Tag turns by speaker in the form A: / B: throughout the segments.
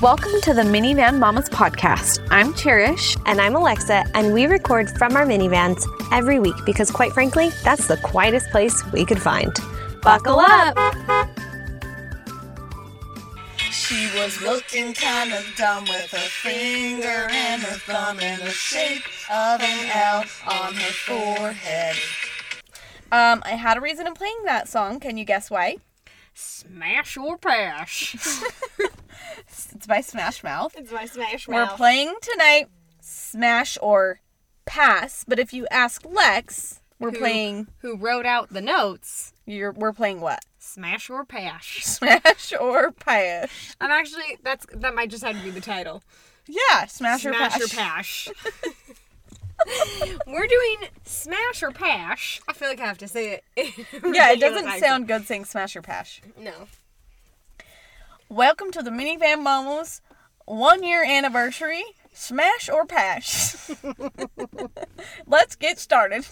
A: Welcome to the Minivan Mamas podcast. I'm Cherish.
B: And I'm Alexa, and we record from our minivans every week because, quite frankly, that's the quietest place we could find. Buckle up!
C: She was looking kind of dumb with her finger and her thumb in the shape of an L on her forehead.
D: Um, I had a reason in playing that song. Can you guess why?
E: Smash or pass.
D: It's by Smash Mouth.
B: It's my smash
D: We're playing tonight Smash or Pass, but if you ask Lex, we're
E: Who?
D: playing
E: Who wrote out the notes?
D: you're we're playing what?
E: Smash or pass.
D: Smash or Pass.
E: I'm actually that's that might just have to be the title.
D: Yeah, Smash, or
E: smash
D: Pass.
E: or pass. We're doing smash or pass. I feel like I have to say it.
D: Yeah, it doesn't sound good saying Smash or Pass.
E: no.
D: Welcome to the Minivan Mamas one year anniversary. Smash or Pass. Let's get started.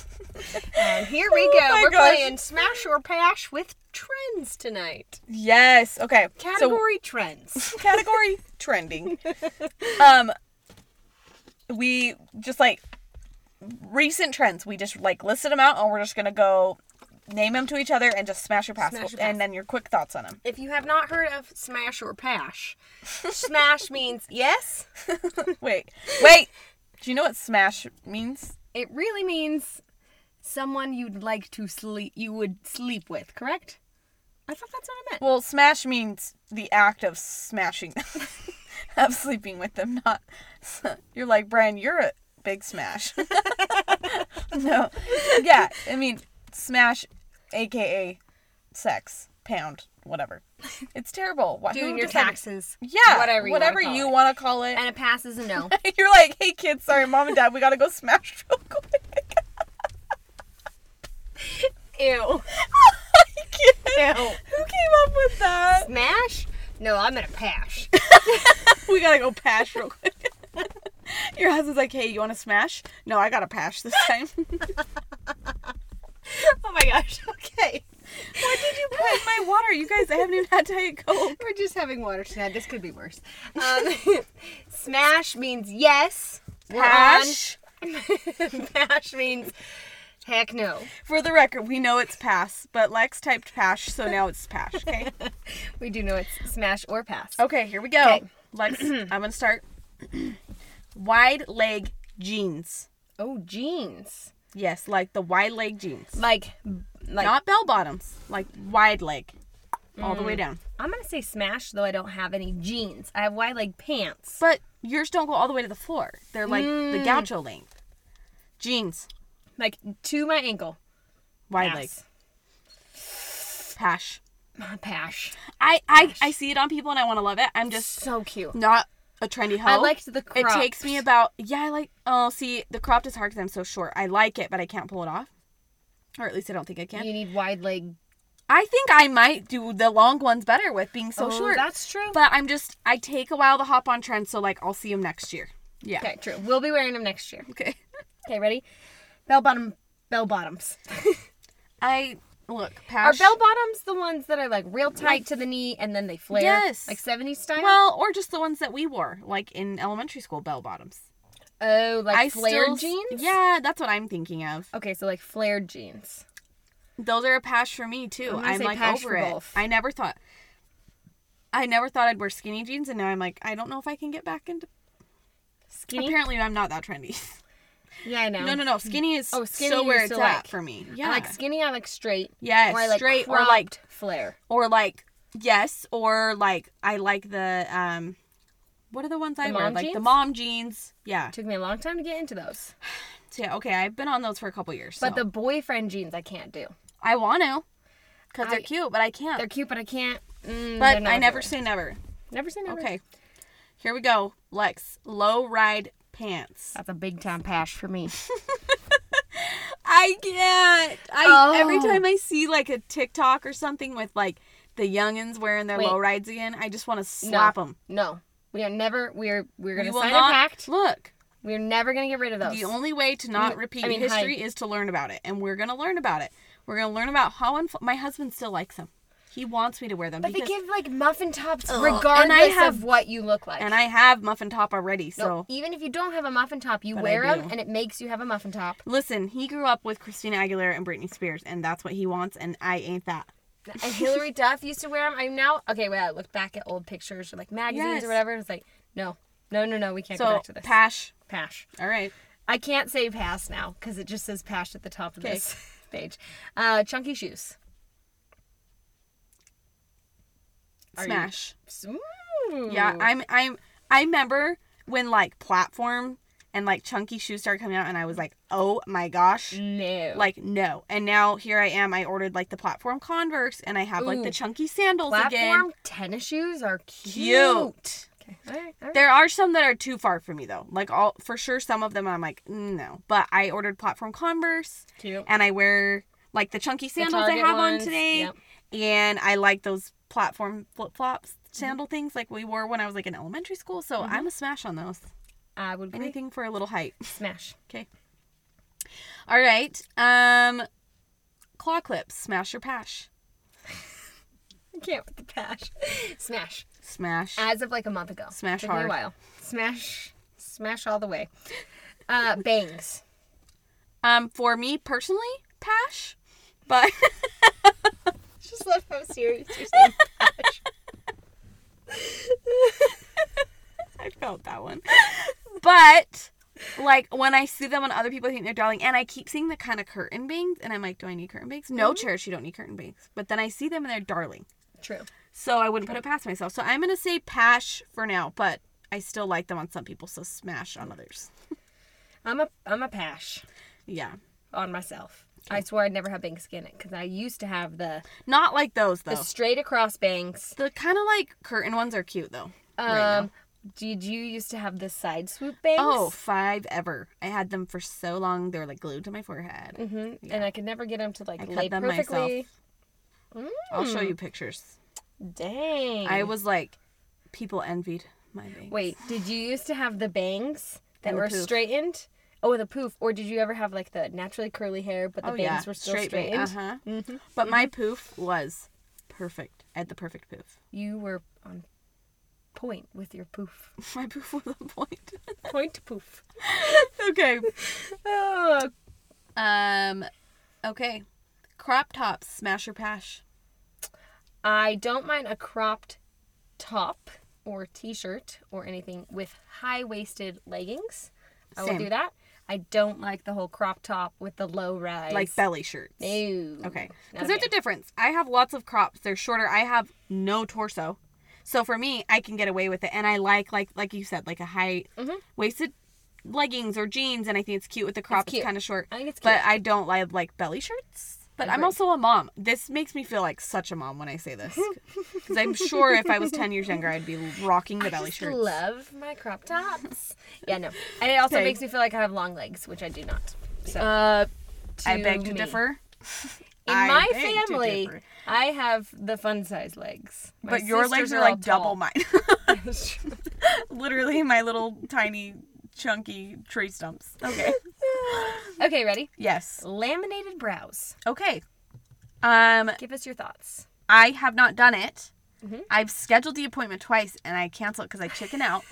E: And Um, here we
D: Oh
E: go.
D: my
E: We're
D: gosh.
E: playing smash or pass with trends tonight.
D: Yes. Okay. so-
E: Category trends.
D: category trending. Um we just like recent trends. We just like listed them out and we're just going to go name them to each other and just smash your pass
E: Smash your
D: and
E: pass.
D: then your quick thoughts on them.
E: If you have not heard of smash or pass, smash means yes.
D: Wait. Wait. Do you know what smash means?
E: It really means someone you'd like to sleep you would sleep with, correct? I thought that's what it meant.
D: Well, smash means the act of smashing them. of sleeping with them, not You're like, "Brian, you're a big smash." no. Yeah, I mean, smash aka sex, pound, whatever. It's terrible. Why, who
E: Doing your
D: decided-
E: taxes.
D: Yeah,
E: Whatever you
D: whatever
E: wanna call
D: you
E: it.
D: want to call it.
E: And a pass is a no.
D: you're like, "Hey kids, sorry, mom and dad, we got to go smash real quick."
E: Ew.
D: I can't-
E: Ew.
D: Who came up with that?
E: Smash? No, I'm gonna pass.
D: We gotta go pash real quick. Your husband's like, hey, you wanna smash? No, I gotta pash this time.
E: oh my gosh. Okay.
D: Why did you put in my water? You guys, I haven't even had Diet Coke.
E: We're just having water tonight. This could be worse. Um, smash means yes. We're
D: Pash.
E: on. pass means heck no.
D: For the record, we know it's pass, but Lex typed pash, so now it's pash, okay?
E: We do know it's smash or pass.
D: okay, here we go.
E: Okay.
D: Lex, I'm gonna start. wide leg jeans.
E: Oh, jeans.
D: Yes, like the wide leg jeans.
E: Like, like
D: Not bell bottoms, like wide leg. All the way down.
E: I'm gonna say smash, though I don't have any jeans. I have wide leg pants.
D: But yours don't go all the way to the floor. They're like the
E: Mm.
D: gaucho length. Jeans,
E: Like to my ankle.
D: wide
E: Pass.
D: leg, pash.
E: Pash.
D: I, I I see it on people and I want to love it. I'm just
E: So cute.
D: not a trendy hoe.
E: I liked the
D: It
E: cropped.
D: takes me about yeah. I like oh see the cropped is hard because I'm so short. I like it, but I can't pull it off, or at least I don't think I can.
E: You need wide leg.
D: I think I might do the long ones better with being so
E: Oh,
D: short.
E: that's true.
D: But I'm just I take a while to hop on trends, so like I'll see them next year. Yeah.
E: Okay, true. We'll be wearing them next year.
D: Okay.
E: Okay, ready? Bell bottom, bell bottoms.
D: I look
E: Are
D: pash.
E: bell bottoms the ones that are like real tight to the knee and then they flare?
D: Yes.
E: Like 70s style?
D: well, or just the ones that we wore, like in elementary school, bell bottoms.
E: oh, like
D: I
E: flared
D: still,
E: jeans?
D: Yeah, that's what I'm thinking of.
E: Okay, so like flared jeans.
D: Those are a pass for me too.
E: I'm
D: I'm,
E: gonna say
D: like
E: pass
D: over
E: for
D: it.
E: both.
D: I never thought I never thought I'd wear skinny jeans and now I'm like, I don't know if I can get back into
E: Skinny?
D: Apparently I'm not that trendy.
E: yeah, I know.
D: no, no, no. Skinny is
E: Oh, skinny
D: so
E: you
D: where it's
E: still
D: at
E: like.
D: for me.
E: I
D: Yeah.
E: like skinny, I like straight.
D: Yes,
E: or I like
D: straight or
E: cropped
D: like-
E: flare.
D: or like yes, or like I like the um what are the ones I wear?
E: mom
D: Like the
E: jeans?
D: mom jeans. Yeah.
E: Took me a long time to get into those.
D: So, yeah, okay. I've been on those for a couple years.
E: But
D: so.
E: the boyfriend jeans I can't do.
D: I want to cuz they're
E: I-
D: cute, but I can't.
E: They're cute, but I can't. Mm, they're
D: but
E: not
D: I
E: my
D: never
E: favorite.
D: say never.
E: Never say never.
D: Okay. Here we go. Lex, low ride pants.
E: That's a big time pash for me.
D: I can't. I every
E: Oh.
D: time I see like a TikTok or something with like the youngins wearing their
E: Wait.
D: low rides again, I just want to slap them.
E: No. We are never, we are, we're going
D: we
E: to
D: will
E: sign
D: not
E: a pact.
D: look.
E: We're never going to get rid of those.
D: The only way to not repeat
E: I mean,
D: history is to learn about it, and we're gonna learn about it. We're gonna learn about how unf- my husband still likes them. He wants me to wear them.
B: But they
D: because-
B: give like muffin tops
D: Ugh,
B: regardless
D: Oh, and I have-
B: of what you look like.
D: and I have muffin top already, so.
B: No, even if you don't have a muffin top, you
D: But I
B: wear them
D: do.
B: and it makes you have a muffin top.
D: Listen, he grew up with Christina Aguilera and Britney Spears, and that's what he wants, and I ain't that.
B: And Hillary Duff used to wear them. I'm now okay. Wait, I looked back at old pictures or like magazines
D: Yes.
B: or whatever. and It's like no, no, no, no. We can't go
D: So,
B: back to this.
D: Pash.
B: Pash.
D: All right.
B: I can't say pass now because it just says pash at the top of
D: Okay.
B: this page. Uh, chunky shoes. Are you-
D: Smash.
B: Ooh.
D: Yeah, I'm I'm I remember when like platform and like chunky shoes started coming out and I was like, "Oh my gosh."
B: no.
D: Like no. And now here I am. I ordered like the platform Converse and I have like the
B: Ooh.
D: chunky sandals
B: platform
D: again.
B: tennis shoes are cute.
D: Cute.
B: Okay. All right. All right.
D: There are some that are too far for me though. Like all for sure some of them I'm like, "No." But I ordered platform Converse
B: Cute.
D: and I wear like the chunky sandals I
B: Target
D: have
B: ones,
D: on today.
B: yep.
D: And I like those platform flip flops
B: Mm-hmm.
D: sandal things like we wore when I was like in elementary school. So I'm a smash on those.
B: I uh, would agree.
D: Anything for a little height.
B: Smash.
D: Okay. All right. Um claw clips, smash or pash.
B: I can't with the pash. Smash.
D: Smash.
B: As of like a month ago.
D: Smash
B: Took Me
D: hard.
B: a while. Smash. Smash all the way. Uh, bangs.
D: Um for me personally, pash. But
B: Just love how serious you're
D: I felt that one. But like when I see them on other people, I think they're darling. And I keep seeing the kind of curtain bangs, and I'm like, do I need curtain bangs? No,
B: Mm-hmm.
D: Cherish, you don't need curtain bangs. But then I see them, and they're darling.
B: True.
D: So I wouldn't put it past myself. So I'm gonna say pash for now, but I still like them on some people. So smash on others.
B: I'm a I'm a pash
D: Yeah,
B: on myself. I swore I'd never have bangs again because I used to have the
D: not like those though.
E: Oh.
B: the straight across bangs.
D: The kind of like curtain ones are cute though.
B: Um,
D: right now.
B: did you used to have the side swoop bangs?
D: Oh, five ever. I had them for so long. They were like glued to my forehead.
B: Mhm. And I could never get them to like
D: I cut
B: lay
D: them
B: perfectly. Mm.
D: I'll show you pictures.
B: Dang.
D: I was like, people envied my bangs.
B: Wait, did you used to have the bangs that
D: And the
B: were
D: poof.
B: straightened? Oh, the poof. Or did you ever have like the naturally curly hair,
D: Oh,
B: but the bangs were still Mm-hmm. straightened?
D: Uh huh. But my poof was perfect. I had the perfect poof.
B: You were on point with your poof.
D: My poof was on point.
B: point to poof.
D: okay.
B: Oh,
D: Um, okay. Crop tops, smash or pash.
B: I don't mind a cropped top or t-shirt or anything with high-waisted leggings. I
D: Same.
B: will do that. I don't like the whole crop top with the low rise.
D: Like belly shirts.
B: Ew.
D: Okay.
B: Not
D: Because there's
B: okay.
D: a difference. I have lots of crops. They're shorter. I have no torso. So for me, I can get away with it. And I like, like, like you said, like a high
B: Mm-hmm.
D: waisted leggings or jeans. And I think it's cute with the crop. It's,
B: cute.
D: kind of short.
B: I think it's
D: But
B: cute.
D: I don't like, like belly shirts. But I'm
B: Agree.
D: also a mom. This makes me feel like such a mom when I say this. Because I'm sure if I was 10 years younger, I'd be rocking the belly
B: just
D: shirts.
B: love my crop tops. yeah, no. And it also
D: Okay.
B: makes me feel like I have long legs, which I do not. So
D: Uh, I beg to
B: me.
D: differ.
B: In
D: I
B: my
D: beg to
B: family,
D: differ.
B: I have the fun size legs. My
D: But your
B: sisters
D: legs are
B: all
D: like double
B: tall.
D: mine. Literally my little tiny chunky tree stumps. Okay.
B: okay, ready?
D: yes.
B: Laminated brows.
D: Okay. Um
B: Give us your thoughts.
D: I have not done it.
B: Mm-hmm.
D: I've scheduled the appointment twice and I cancel it cuz I chicken out.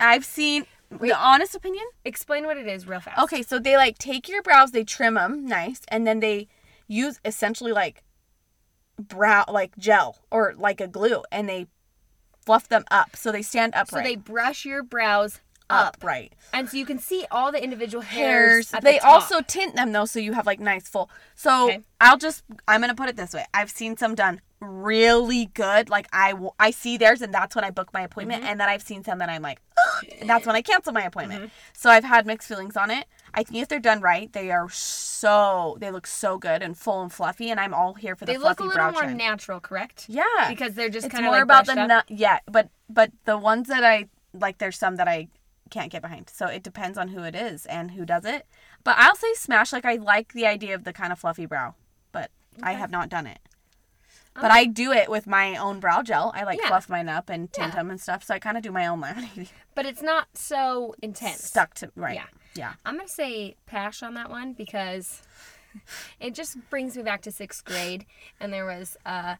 D: I've seen the honest opinion.
B: Explain what it is real fast.
D: Okay, so they like take your brows, they trim them nice, and then they use essentially like brow like gel or like a glue and they fluff them up so they stand
B: So
D: upright.
B: they brush your brows up,
D: upright.
B: and so you can see all the individual hairs.
D: hairs.
B: at the
D: they
B: top.
D: also tint them though, so you have like nice full. So
B: Okay.
D: I'll just I'm gonna put it this way: I've seen some done really good. Like I w- I see theirs, and that's when I book my appointment.
B: Mm-hmm.
D: And then I've seen some that I'm like, "Ugh," and that's when I cancel my appointment.
B: Mm-hmm.
D: So I've had mixed feelings on it. I think if they're done right, they are so they look so good and full and fluffy. And I'm all here for the
B: they look
D: fluffy
B: a little
D: brow
B: more
D: trim.
B: natural, correct?
D: yeah,
B: because they're just
D: it's
B: kind of
D: more
B: like
D: about the
B: brushed
D: nu-
B: up.
D: yeah, but but the ones that I like, there's some that I can't get behind. So it depends on who it is and who does it. But I'll say smash. Like I like the idea of the kind of fluffy brow, but I have not done it. But I do it with my own brow gel. I like
B: Um, Yeah.
D: fluff mine up and tint them and stuff. So I kind of do my own laminating.
B: but it's not so intense.
D: Stuck to right.
B: Yeah.
D: Yeah.
B: I'm gonna say pash on that one because it just brings me back to sixth grade, and there was a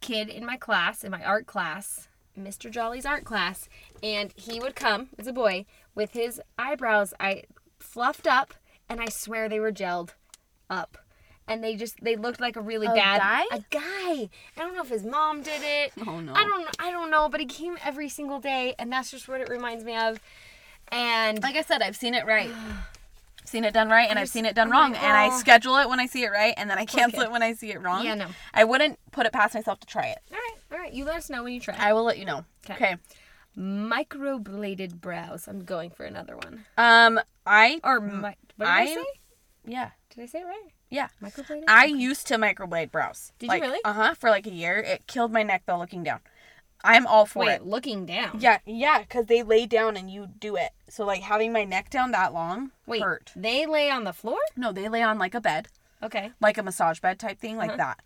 B: kid in my class, in my art class, Mr. Jolly's art class, and he would come as a boy with his eyebrows I fluffed up, and I swear they were gelled up. And they just they looked like a really bad
D: guy?
B: a guy. I don't know if his mom did it.
D: Oh, no.
B: I don't I don't know, but he came every single day and that's just what it reminds me of. And
D: Like I said, I've seen it right. I've seen it done right and I've seen it done wrong. And I
B: oh.
D: schedule it when I see it right and then I cancel it when I see it wrong.
B: Yeah, no.
D: I wouldn't put it past myself to try it.
B: all right, all right, you let us know when you try.
D: I will let you know.
B: 'Kay.
D: Okay.
B: Microbladed brows. I'm going for another one.
D: Um I
B: Or mi- what did I,
D: I-
B: say?
D: yeah.
B: Did I say it right?
D: Yeah.
B: Microbladed.
D: I used to microblade brows.
B: Did you
D: like,
B: really?
D: Uh huh. For like a year, it killed my neck though. Looking down, I'm all for
B: Wait,
D: it.
B: looking down.
D: Yeah, yeah, because they lay down and you do it. So like having my neck down that long
B: Wait,
D: hurt.
B: they lay on the floor?
D: No, they lay on like a bed,
B: Okay.
D: like a massage bed type thing,
B: Uh-huh.
D: like that,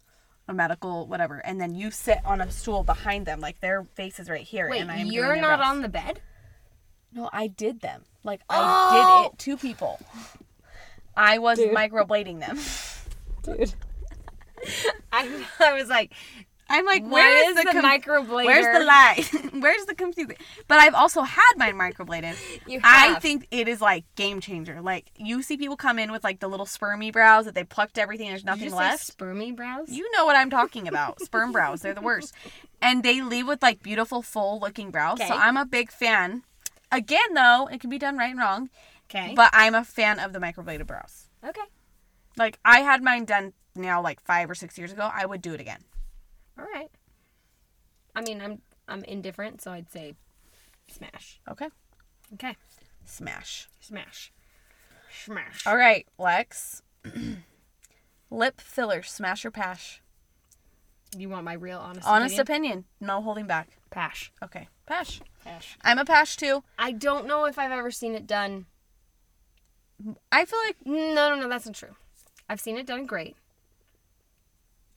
D: a medical whatever, and then you sit on a stool behind them, like their face is right here.
B: Wait,
D: and I am
B: you're
D: doing their
B: not
D: brows.
B: on the bed?
D: No, I did them. Like I
B: Oh!
D: did it to people. I was microblading them.
B: I, I was like,
D: I'm like,
B: where is the,
D: com-
B: microblader?
D: Where's the lie? Where's the confusing? But I've also had mine microbladed.
B: You
D: I
B: have.
D: think it is like game changer. Like you see people come in with like the little spermy brows that they plucked everything. There's
B: Did you
D: nothing
B: say
D: left.
B: spermy brows?
D: you know what I'm talking about. Sperm brows, they're the worst. And they leave with like beautiful, full looking brows.
B: Okay.
D: So I'm a big fan. Again, though, it can be done right and wrong.
B: okay.
D: But I'm a fan of the microbladed brows.
B: okay.
D: Like I had mine done now like five or six years ago. I would do it again.
B: All right. I mean, I'm I'm indifferent, so I'd say smash.
D: Okay.
B: Okay.
D: Smash.
B: Smash. Smash.
D: All right, Lex. Lip filler, smash or pash?
B: You want my real honest
D: Honest
B: opinion?
D: opinion. No holding back.
B: Pash.
D: Okay. Pash.
B: Pash.
D: I'm a pash too.
B: I don't know if I've ever seen it done.
D: I feel like
B: No, no, no, that's not true. I've seen it done great.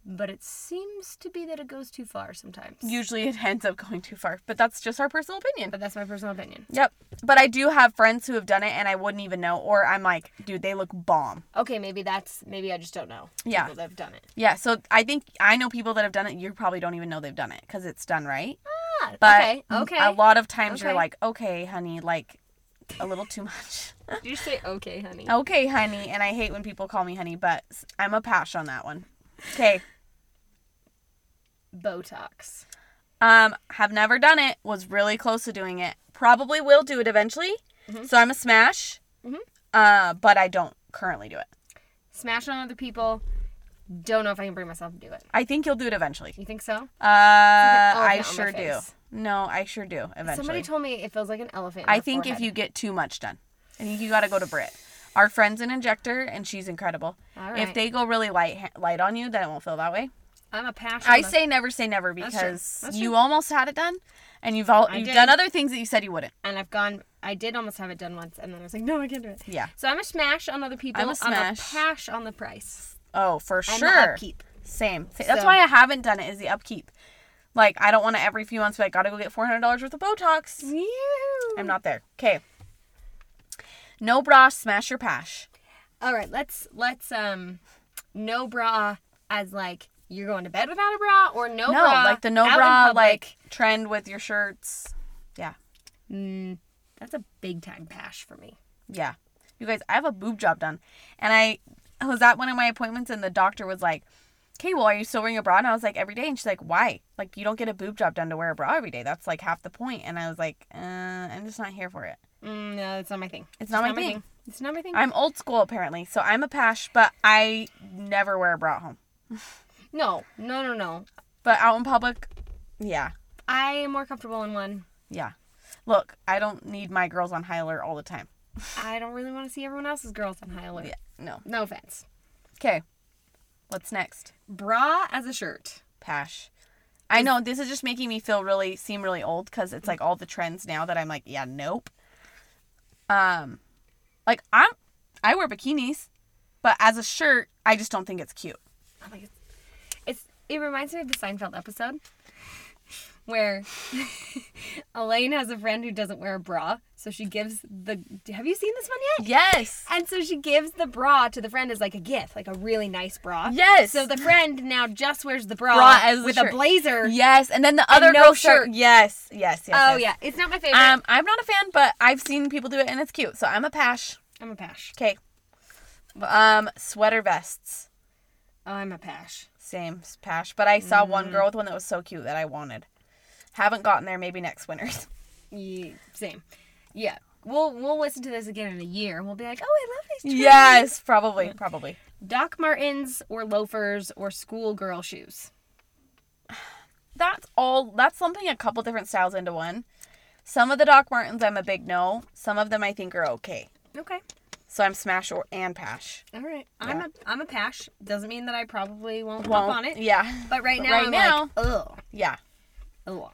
B: But it seems to be that it goes too far sometimes.
D: usually it ends up going too far, but that's just our personal opinion.
B: But that's my personal opinion.
D: Yep. But I do have friends who have done it and I wouldn't even know, or I'm like, dude, they look bomb.
B: Okay, maybe that's maybe I just don't know.
D: Yeah.
B: People that have done it.
D: Yeah. So I think I know people that have done it. You probably don't even know they've done it because it's done right.
B: Ah,
D: But
B: okay, okay.
D: a lot of times you're
B: Okay.
D: like, okay, honey, like a little too much.
B: Did you say okay, honey?
D: Okay, honey, and I hate when people call me honey, but s- I'm a pash on that one. Okay.
B: Botox.
D: Um, have never done it. Was really close to doing it. Probably will do it eventually.
B: Mm-hmm.
D: So I'm a smash. Uh, but I don't currently do it.
B: Smash on other people. Don't know if I can bring myself to do it.
D: I think you'll do it eventually.
B: You think so?
D: Uh,
B: elephant on
D: I
B: my
D: sure do.
B: face.
D: No, I sure do eventually.
B: Somebody told me it feels like an elephant. in
D: I
B: their
D: think if
B: forehead.
D: you get too much done, I think you got to go to Brit. Our friend's an injector, and she's incredible.
B: All
D: If
B: right.
D: they go really light light on you, then it won't feel that way.
B: I'm a passion.
D: I say never say never because
B: That's true. That's
D: you
B: true.
D: almost had it done, and you've all you've
B: did.
D: done other things that you said you wouldn't.
B: and I've gone. I did almost have it done once, and then I was like, no, I can't do it.
D: Yeah.
B: So I'm a smash on other people.
D: I'm a smash.
B: I'm a pash on the price.
D: Oh, for
B: And
D: sure.
B: The upkeep.
D: Same. Th- That's
B: So-
D: why I haven't done it. Is the upkeep. Like I don't want to every few months be like, gotta go get four hundred dollars worth of Botox. I'm not there. Okay. No bra, smash your pash.
B: All right, let's let's um, no bra as like you're going to bed without a bra, or no,
D: No,
B: bra.
D: like the no
B: out in
D: bra
B: public.
D: like trend with your shirts. Yeah,
B: Mm, that's a big time pash for me.
D: yeah. You guys, I have a boob job done, and I was at one of my appointments, and the doctor was like, okay, well, are you still wearing a bra? And I was like, every day. And she's like, why? Like, you don't get a boob job done to wear a bra every day. That's like half the point. And I was like, uh, I'm just not here for it.
B: Mm, no, it's not my thing.
D: It's not my thing.
B: It's not my thing.
D: I'm old school, apparently. So I'm a pash, but I never wear a bra at home.
B: no, no, no, no.
D: But out in public, yeah,
B: I am more comfortable in one.
D: yeah. Look, I don't need my girls on high alert all the time.
B: I don't really want to see everyone else's girls on high alert.
D: Yeah, no.
B: No offense.
D: Okay. What's next?
B: Bra as a shirt.
D: Pash. I know this is just making me feel really seem really old because it's like all the trends now that I'm like, yeah, nope. Um, like I'm, I wear bikinis, but as a shirt, I just don't think it's cute.
B: It's it reminds me of the Seinfeld episode where Elaine has a friend who doesn't wear a bra, so she gives the. Have you seen this one yet?
D: Yes.
B: And so she gives the bra to the friend as like a gift, like a really nice bra.
D: Yes.
B: So the friend now just wears the bra,
D: Bra as a
B: with
D: shirt.
B: a blazer.
D: Yes, and then the other
B: no
D: girl
B: shirt.
D: start- Yes, yes, yes.
B: Oh
D: yes.
B: yeah, it's not my favorite.
D: Um, I'm not a fan, but I've seen people do it and it's cute. So I'm a pash.
B: I'm a pash.
D: Okay. Um, sweater vests.
B: Oh, I'm a pash.
D: Same s- pash, but I saw
B: Mm.
D: one girl with one that was so cute that I wanted. Haven't gotten there. Maybe next winter's.
B: Yeah, same. Yeah. We'll we'll listen to this again in a year and we'll be like, oh, I love
D: Mm.
B: these. trends."
D: yes, probably, probably.
B: Doc Martens or loafers or schoolgirl shoes.
D: That's all. That's lumping a couple different styles into one. Some of the Doc Martens, I'm a big no. Some of them I think are okay.
B: Okay.
D: So I'm smash or and pash.
B: All right. I'm a I'm a pash. Doesn't mean that I probably won't,
D: Won't-
B: hop on it.
D: Yeah,
B: But right now,
D: right
B: I'm
D: now-
B: like, ugh,
D: yeah.
B: ugh. All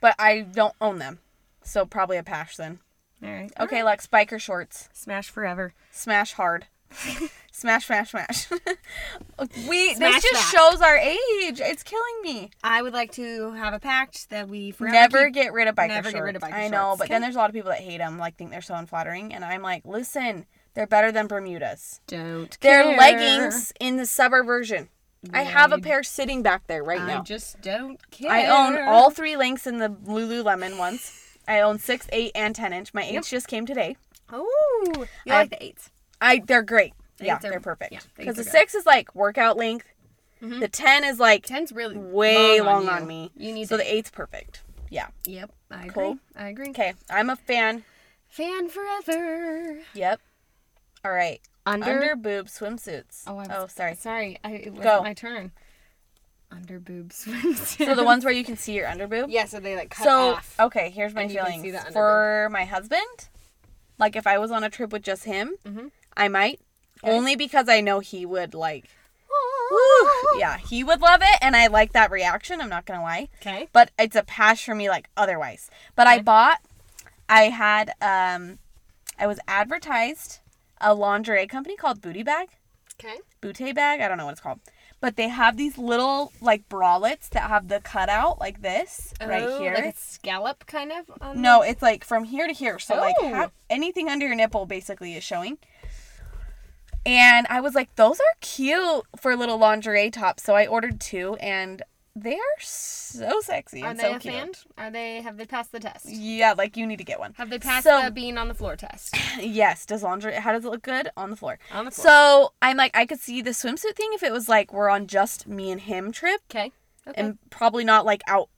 D: But I don't own them, so probably a pash then.
B: right.
D: Okay, Lex, biker shorts.
B: Smash forever.
D: Smash hard. smash, smash, smash. we
B: Smash
D: this just
B: that.
D: shows our age. It's killing me.
B: I would like to have a pact that we forever
D: never
B: keep-
D: get rid of biker
B: never
D: shorts.
B: get rid of biker
D: I know,
B: shorts,
D: but then
B: okay?
D: there's a lot of people that hate them, like think they're so unflattering, and I'm like, listen, they're better than Bermudas.
B: don't.
D: They're
B: care.
D: leggings in the summer version. I have a pair sitting back there right
B: I
D: now.
B: just don't care.
D: I own all three lengths in the Lululemon ones. I own six, eight, and ten inch. My eights just came today.
B: Oh, you
D: I-
B: like the eights.
D: I they're great.
B: The
D: yeah,
B: eights are-
D: they're perfect.
B: yeah, the
D: Because
B: eights are
D: the
B: good.
D: six is like workout length. The Mm-hmm. ten is like
B: Ten's really
D: way long, on,
B: you.
D: me.
B: You need
D: so
B: the
D: the eight's perfect. Yeah.
B: Yep, I agree.
D: Cool.
B: I agree.
D: Okay. I'm a fan.
B: Fan forever.
D: Yep. All right.
B: Under.
D: Under boob swimsuits.
B: oh, I was,
D: oh, sorry.
B: Sorry, I, it was
D: Go.
B: my turn. Under boob swimsuit.
D: So the ones where you can see your underboob.
B: Yeah, so they like cut
D: so
B: off.
D: okay, here's my
B: and you can
D: feelings
B: see the
D: for my husband. Like if I was on a trip with just him, I might only because I know he would like. Woo! Yeah, he would love it, and I like that reaction. I'm not gonna lie.
B: Okay.
D: but it's a pass for me like otherwise. But I bought I had um I was advertised a lingerie company called Booty Bag,
B: Okay.
D: Booty Bag, I don't know what it's called. But they have these little like bralettes that have the cutout like this right here.
B: Oh, Like a scallop kind of. On
D: no, it's like from here to here. So like
B: Oh.
D: ha- anything under your nipple basically is showing. And I was like, those are cute for little lingerie tops. So I ordered two and they are so sexy.
B: The, are
D: and
B: they
D: so
B: a
D: cute.
B: fan? Are they? Have they passed the test?
D: Yeah, like you need to get one.
B: Have they passed
D: So-
B: the being on the floor test?
D: Yes, does lingerie? How does it look good on the floor?
B: On the
D: So I'm like, I could see the swimsuit thing if it was like we're on just me and him trip,
B: okay. Okay.
D: and probably not like out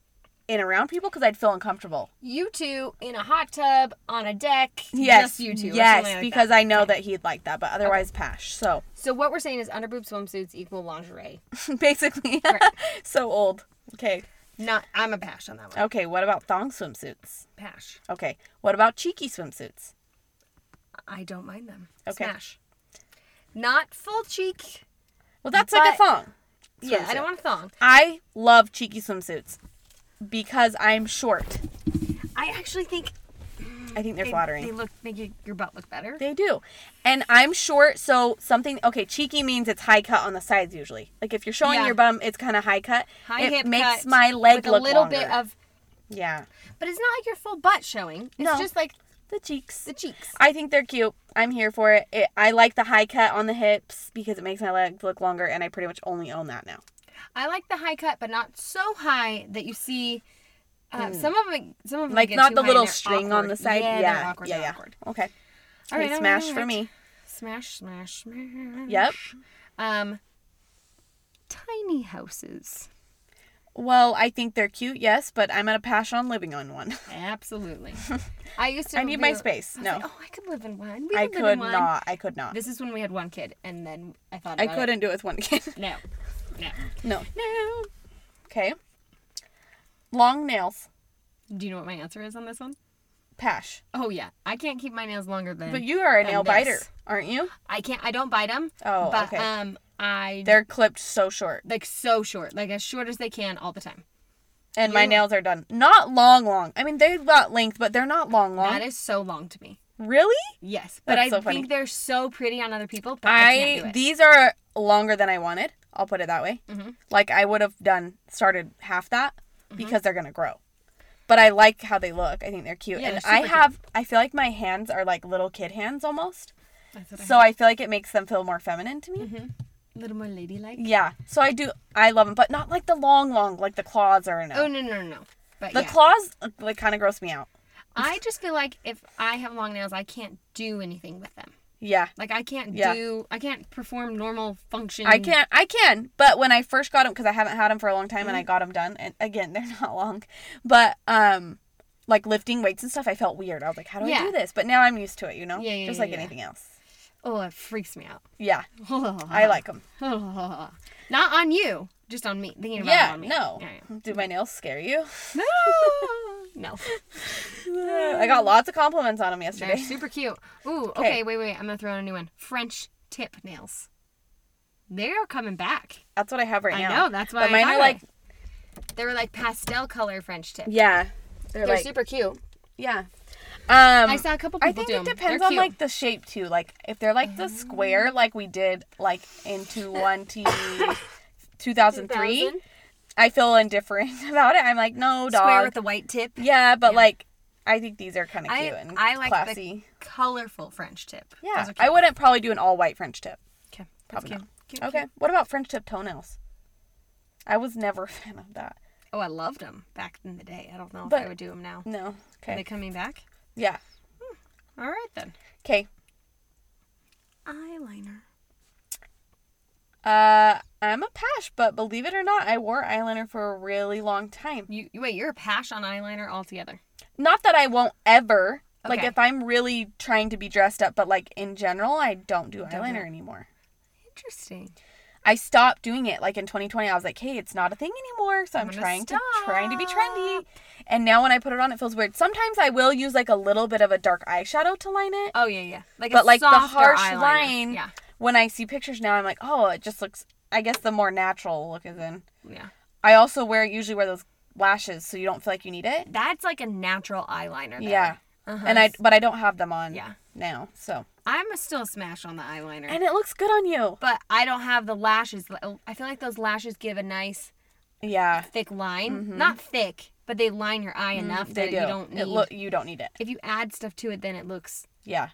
D: and around people because I'd feel uncomfortable.
B: you two in a hot tub on a deck.
D: Yes,
B: Just you two. or
D: Yes,
B: something like
D: because
B: that.
D: I know that he'd like that, but otherwise, pash. So
B: So what we're saying is underboob swimsuits equal lingerie.
D: basically, so old. Okay,
B: Not. I'm a pash on that one.
D: okay. What about thong swimsuits?
B: Pash.
D: Okay, what about cheeky swimsuits?
B: I don't mind them.
D: Okay.
B: Smash. Not full cheek.
D: Well, that's like a
B: But-
D: thong.
B: Yeah, I
D: swimsuit.
B: don't want a thong.
D: I love cheeky swimsuits because I'm short.
B: I actually think
D: I think they're
B: they,
D: flattering.
B: they look make your, your butt look better.
D: They do. And I'm short, so something okay, cheeky means it's high cut on the sides usually. Like if you're showing
B: Yeah.
D: your bum, it's kind of high cut.
B: High
D: it
B: hip
D: makes
B: cut
D: my leg
B: with
D: look
B: a little
D: longer.
B: bit of,
D: Yeah.
B: but it's not like your full butt showing. It's
D: No.
B: just like
D: The cheeks.
B: the cheeks.
D: I think they're cute. I'm here for it. it. I like the high cut on the hips because it makes my legs look longer and I pretty much only own that now.
B: I like the high cut, but not so high that you see. Uh, Some of them, some of them
D: Hmm. Like
B: get
D: not
B: too
D: the
B: high
D: little
B: and they're
D: string on
B: awkward.
D: the side.
B: Yeah,
D: Yeah.
B: They're awkward,
D: yeah,
B: they're
D: yeah.
B: awkward.
D: Okay.
B: All
D: They
B: right, all
D: smash
B: right, Mm-hmm.
D: for
B: all right.
D: me.
B: Smash, smash, smash.
D: Yep.
B: Um, tiny houses.
D: Well, I think they're cute, yes, but I'm at a passion on living on one.
B: Absolutely. I used to.
D: I need my
B: we were-
D: space.
B: I was
D: No.
B: like, oh, I could live in one. We
D: I
B: could live in
D: could
B: one.
D: not. I could not.
B: This is when we had one kid, and then I thought
D: I
B: about it.
D: couldn't do it with one kid.
B: No, no,
D: No.
B: no.
D: Okay. Long nails.
B: Do you know what my answer is on this one?
D: Pash.
B: Oh yeah, I can't keep my nails longer than.
D: But you are a
B: And
D: nail
B: this.
D: biter, aren't you?
B: I can't. I don't bite them.
D: Oh,
B: but,
D: okay.
B: Um, I
D: They're clipped so short.
B: like so short, like as short as they can all the time.
D: And my nails are done. Not long, long. I mean, they've got length, but they're not long, long.
B: That is so long to me.
D: really?
B: Yes, but
D: That's
B: I
D: so funny.
B: think they're so pretty on other people. But I,
D: I,
B: can't do it. Mm-hmm.
D: these are longer than I wanted. I'll put it that way. Like I would have done started half that, because they're gonna grow. But I like how they look. I think they're cute.
B: Yeah,
D: and
B: they're
D: I
B: super cute.
D: have I feel like my hands are like little kid hands almost.
B: That's what Mm-hmm.
D: So I feel like it makes them feel more feminine to me.
B: a little more ladylike.
D: Yeah. So I do I love them, but not like the long long like the claws are no.
B: Oh no no no. no. But
D: the
B: yeah.
D: claws uh, like kind of gross me out.
B: I just feel like if I have long nails, I can't do anything with them.
D: Yeah.
B: Like I can't
D: Yeah.
B: do, I can't perform normal function.
D: I can I can, but when I first got them because I haven't had them for a long time and I
B: Mm-hmm.
D: got them done and again they're not long, but um, like lifting weights and stuff I felt weird. I was like, how do I
B: Yeah.
D: do this? But now I'm used to it, you know,
B: Yeah, yeah,
D: just
B: yeah,
D: like
B: yeah.
D: anything else.
B: Oh, it freaks me out.
D: Yeah, I like them.
B: Not on you, just on me. Thinking about it
D: Yeah,
B: on me.
D: no,
B: Yeah, yeah.
D: do my nails scare you?
B: No.
D: I got lots of compliments on them
B: They're
D: yesterday.
B: super cute. Ooh, okay. wait, wait, wait. I'm gonna throw in a new one. French tip nails. They are coming back.
D: That's what I have right
B: I
D: now.
B: know, that's why
D: But
B: I
D: mine
B: got
D: are like,
B: it. They were like pastel color French tip.
D: yeah, they're,
B: They're
D: like,
B: super cute.
D: yeah. Um,
B: I saw a couple people
D: I think
B: do
D: it
B: 'em. They're
D: depends on
B: cute. Mm-hmm.
D: like the shape too. Like if they're like the square, like we did like in two one t. 2003
B: 2000?
D: I feel indifferent about it. I'm like, no, dog.
B: square with the white tip.
D: yeah, but like, I think these are kind of
B: I-
D: cute and
B: I like the-
D: classy.
B: Colorful French tip.
D: yeah,
B: Those are cute.
D: I wouldn't probably do an all white French tip.
B: Okay. that's
D: Probably
B: cute.
D: not.
B: Cute,
D: Okay,
B: cute.
D: what about French tip toenails? I was never a fan of that.
B: Oh, I loved them back in the day. I don't know if I
D: But-
B: would do them now.
D: No.
B: Are they
D: Okay.
B: coming back?
D: Yeah.
B: All right then.
D: Okay.
B: Eyeliner.
D: Uh, I'm a pash, but believe it or not, I wore eyeliner for a really long time.
B: You you- wait. You're a pash on eyeliner altogether.
D: Not that I won't ever. Like
B: Okay.
D: if I'm really trying to be dressed up, but like in general, I don't do eyeliner anymore.
B: Interesting.
D: I stopped doing it like in 2020. I was like, "Hey, it's not a thing anymore." So I'm,
B: gonna
D: trying to
B: stop.
D: trying to be trendy. And now when I put it on, it feels weird. Sometimes I will use like a little bit of a dark eyeshadow to line it.
B: Oh yeah, yeah. Like
D: but
B: a
D: like the
B: softer
D: harsh
B: eyeliner.
D: line
B: Yeah,
D: when I see pictures now, I'm like, "Oh, it just looks I guess the more natural look is in."
B: yeah.
D: I also wear usually wear those lashes so you don't feel like you need it.
B: That's like a natural eyeliner. There.
D: Yeah.
B: Uh-huh.
D: And I but I don't have them on
B: Yeah.
D: now. So.
B: I'm a still smash on the eyeliner,
D: And it looks good on you.
B: but I don't have the lashes. I feel like those lashes give a nice
D: Yeah.
B: thick line. Not thick, but they line your eye enough
D: Mm-hmm. Mm, They
B: that
D: do.
B: you don't need.
D: It look you don't need it.
B: if you add stuff to it, then it looks
D: Yeah.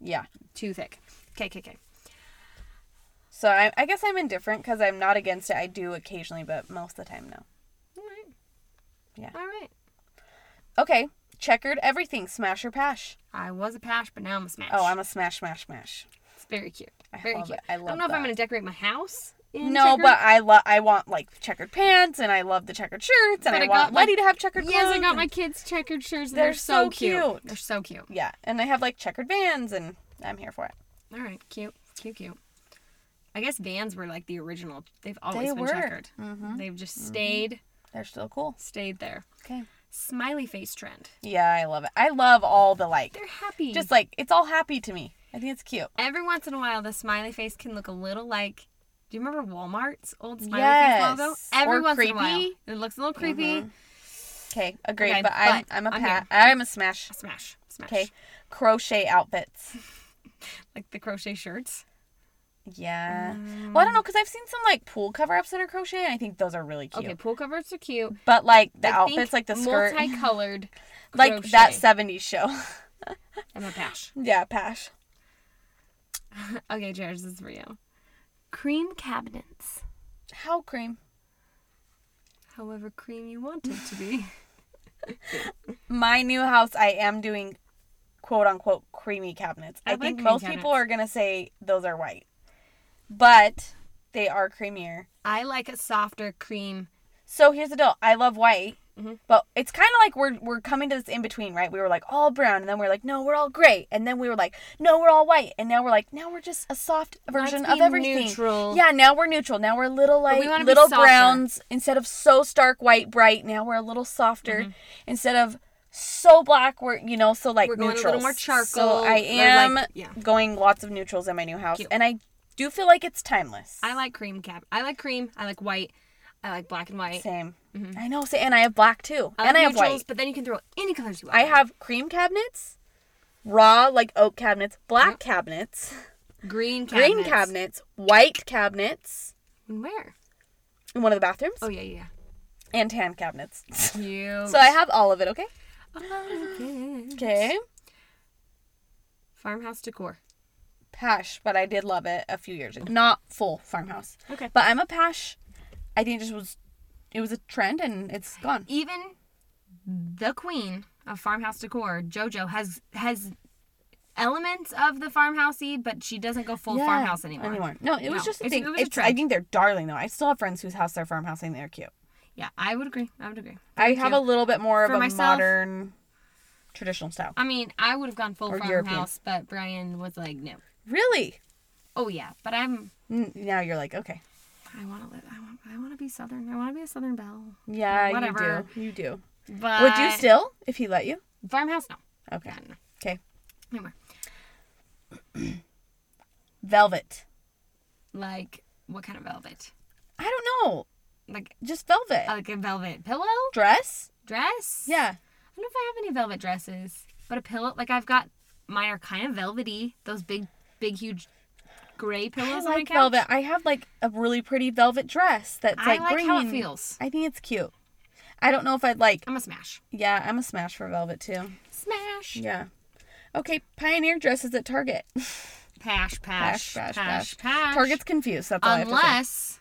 D: Yeah.
B: too thick. Okay, okay, okay.
D: So I, I guess I'm indifferent because I'm not against it. I do occasionally, but most of the time, no.
B: All right.
D: Yeah.
B: All right.
D: Okay, checkered everything, smash or pash.
B: I was a pash, but now I'm a smash.
D: Oh, I'm a smash, smash, smash.
B: It's very cute.
D: I
B: Very
D: love
B: cute.
D: it. I love
B: don't know if I'm
D: that.
B: gonna decorate my house. in
D: No,
B: checkered.
D: but I love. I want like checkered pants, and I love the checkered shirts, and
B: But
D: I,
B: I
D: want
B: got, like-
D: Letty to have checkered clothes.
B: Yes, I got
D: and-
B: my kids checkered shirts. And
D: They're
B: they're,
D: so
B: so cute.
D: cute.
B: They're so cute.
D: Yeah, and I have like checkered vans, and I'm here for it.
B: All right, cute, cute, cute. I guess Vans were like the original. They've always
D: They
B: been
D: were. Mm-hmm.
B: checkered. They've just stayed,
D: They're still cool.
B: stayed there.
D: Okay.
B: Smiley face trend.
D: Yeah, I love it. I love all the like,
B: They're happy.
D: just like it's all happy to me. I think it's cute.
B: every once in a while, the smiley face can look a little like. Do you remember Walmart's old smiley
D: Yes.
B: face logo?
D: Or
B: Every once in a while,
D: creepy. Mm-hmm.
B: it looks a little creepy.
D: Okay, agreed.
B: Okay,
D: but I'm,
B: but
D: I'm a
B: I'm
D: pat.
B: here.
D: I'm a smash.
B: Smash, smash.
D: Okay, crochet outfits.
B: Like the crochet shirts.
D: Yeah.
B: Mm.
D: Well, I don't know because I've seen some like pool cover ups that are crochet, and I think those are really cute.
B: Okay, pool covers are cute.
D: But like the
B: I think
D: outfits, like the skirt,
B: multicolored.
D: like that
B: crochet.
D: '70s show.
B: I'm a bash.
D: yeah, Pash.
B: Okay, Jared, this is for you. Cream cabinets.
D: How cream?
B: However cream you want it to be.
D: My new house, I am doing quote unquote creamy cabinets. I,
B: I like
D: think
B: cream
D: most people
B: cabinets.
D: are gonna say those are white, but they are creamier.
B: I like a softer cream.
D: So here's the deal. I love white,
B: Mm-hmm.
D: but it's kind of like we're we're coming to this in between, right? We were like all brown, and then we are like, no, we're all gray, and then we were like, no, we're all white, and now we're like, now we're just a soft version
B: Let's
D: of
B: be
D: everything.
B: neutral.
D: Yeah, now we're neutral. Now we're a little
B: we
D: like
B: wanna be
D: little
B: softer.
D: browns instead of so stark white bright. Now we're a little softer
B: Mm-hmm.
D: instead of so black. We're you know so like
B: We're going a
D: neutrals.
B: little more charcoal,
D: So I
B: or,
D: am
B: like- yeah.
D: going lots of neutrals in my new house,
B: Cute.
D: and I do feel like it's timeless.
B: I like cream cab. I like cream. I like white. I like black and white.
D: Same. I know. sa- And I have black too.
B: Mm-hmm. I
D: and I
B: like
D: have
B: neutrals,
D: white.
B: but then you can throw any colors you want.
D: I have cream cabinets, raw like oak cabinets, black cabinets,
B: green cabinets.
D: green cabinets, white cabinets
B: And Where?
D: in one of the bathrooms.
B: Oh yeah, yeah. yeah.
D: and hand cabinets.
B: Cute.
D: So I have all of it, okay? Okay.
B: Farmhouse decor.
D: Pash, but I did love it a few years ago. Not full farmhouse.
B: Okay.
D: But I'm a Pash. I think it just was it was a trend and it's gone.
B: Even the queen of farmhouse decor, JoJo, has has elements of the farmhousey, but she doesn't go full
D: Yeah,
B: farmhouse anymore.
D: No, it was
B: No,
D: just a
B: it's-
D: thing.
B: it was a
D: it's, I
B: trend.
D: think they're darling though. I still have friends whose house they're farmhouse and they're cute.
B: Yeah, I would agree. I would agree.
D: I have a little bit more of
B: For
D: a
B: myself-
D: modern traditional style.
B: I mean, I would have gone full
D: Or European.
B: farmhouse, but Brian was like, no.
D: Really?
B: Oh yeah, but I'm.
D: N- Now you're like, okay.
B: I want to live. I want. I want to be southern. I want to be a southern belle.
D: Yeah,
B: Whatever.
D: you do. You do.
B: But
D: Would you still if he let you?
B: farmhouse? No,
D: Okay.
B: I don't know.
D: Okay.
B: anymore.
D: Velvet.
B: Like what kind of velvet?
D: I don't know.
B: Like uh,
D: Just velvet.
B: like a velvet pillow
D: Dress?
B: dress?
D: Yeah.
B: I don't know if I have any velvet dresses, but a pillow. Like I've got mine are kind of velvety. Those big, big, huge gray
D: I
B: pillows on my
D: like
B: couch.
D: velvet. I have like a really pretty velvet dress that's
B: I
D: like,
B: like
D: green.
B: how it feels.
D: I think it's cute. I don't know if I'd like.
B: I'm a smash.
D: Yeah, I'm a smash for velvet too.
B: Smash.
D: Yeah. Okay, pioneer dresses at Target.
B: Pash, pash,
D: Pash, pash, pash.
B: pash.
D: Target's confused. That's all I have to say.
B: Unless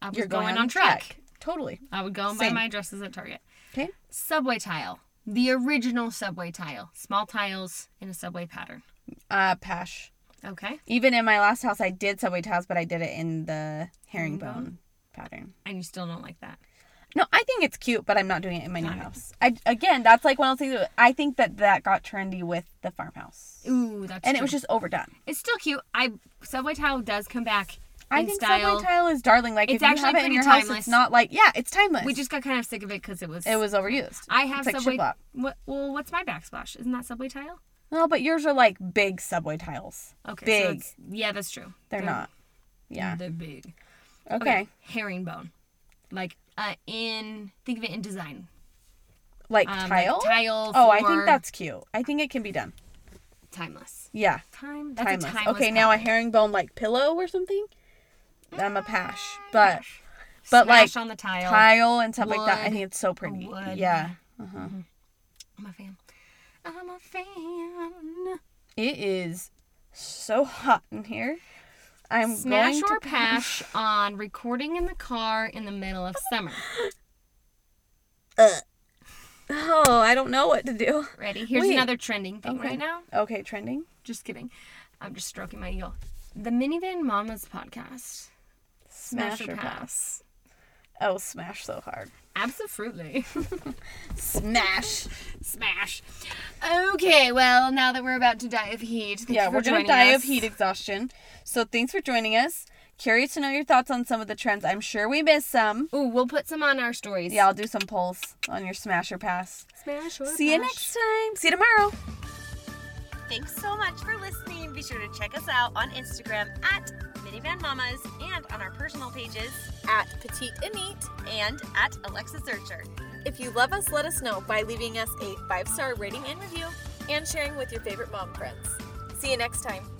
B: I was
D: You're
B: going, on
D: the
B: track.
D: Totally.
B: I would go and buy
D: Same.
B: my dresses at Target.
D: Okay.
B: Subway tile. The original subway tile. Small tiles in a subway pattern.
D: Uh, pash.
B: Okay.
D: Even in my last house, I did subway tiles, but I did it in the herringbone pattern.
B: And you still don't like that.
D: No, I think it's cute, but I'm not doing it in my new house. I again, that's like one of those things. that- I think that that got trendy with the farmhouse,
B: Ooh, that's
D: and it
B: true.
D: was just overdone.
B: It's still cute. I subway tile does come back.
D: I
B: in
D: think
B: style.
D: subway tile is darling. Like
B: It's
D: if you
B: actually
D: have it in
B: pretty
D: your house,
B: timeless.
D: it's not like yeah, it's timeless.
B: We just got kind of sick of it because it was.
D: it was overused.
B: I have
D: it's like
B: subway.
D: shiplap.
B: What, well, what's my backsplash? Isn't that subway tile?
D: No, but yours are like big subway tiles.
B: Okay. so
D: big.
B: it's- yeah, that's true.
D: They're not. Yeah.
B: They're big.
D: Okay.
B: Herringbone. Like uh, in think of it in design.
D: Like
B: Um, like
D: tile.
B: tile
D: Oh, I
B: for-
D: think that's cute. I think it can be done.
B: Timeless.
D: Yeah.
B: Time. That's
D: Timeless.
B: a timeless.
D: okay, now a
B: pattern.
D: herringbone like pillow or something. I'm a pash,
B: Mm,
D: but but
B: Smash
D: like
B: on the tile.
D: tile and stuff like that. I
B: wood,
D: think it's so pretty.
B: wood.
D: Yeah.
B: I'm a Oh, fan. I'm a fan.
D: It is so hot in here. I'm
B: Smash
D: going
B: or
D: to
B: pash on recording in the car in the middle of summer.
D: Oh, I don't know what to do.
B: Ready? Here's
D: Wait.
B: another trending thing
D: Okay.
B: right now.
D: Okay, trending.
B: Just kidding. I'm just stroking my ego. The Minivan Mamas podcast.
D: Smash, or pass. Oh, smash so hard.
B: Absolutely.
D: Smash.
B: Smash. Okay, well, now that we're about to die of heat, thank
D: Yeah,
B: you for
D: we're going
B: joining
D: to die
B: us.
D: of heat exhaustion. So thanks for joining us. Curious to know your thoughts on some of the trends. I'm sure we missed some.
B: Ooh, we'll put some on our stories.
D: Yeah, I'll do some polls on your smash or pass.
B: Smash or
D: See you
B: pass.
D: next time. See you tomorrow.
F: Thanks so much for listening. Be sure to check us out on Instagram at Minivan Mamas and on our personal pages
C: At Petite and Neat.
F: and at Alexa Searcher.
C: If you love us, let us know by leaving us a five star rating and review and sharing with your favorite mom friends. See you next time.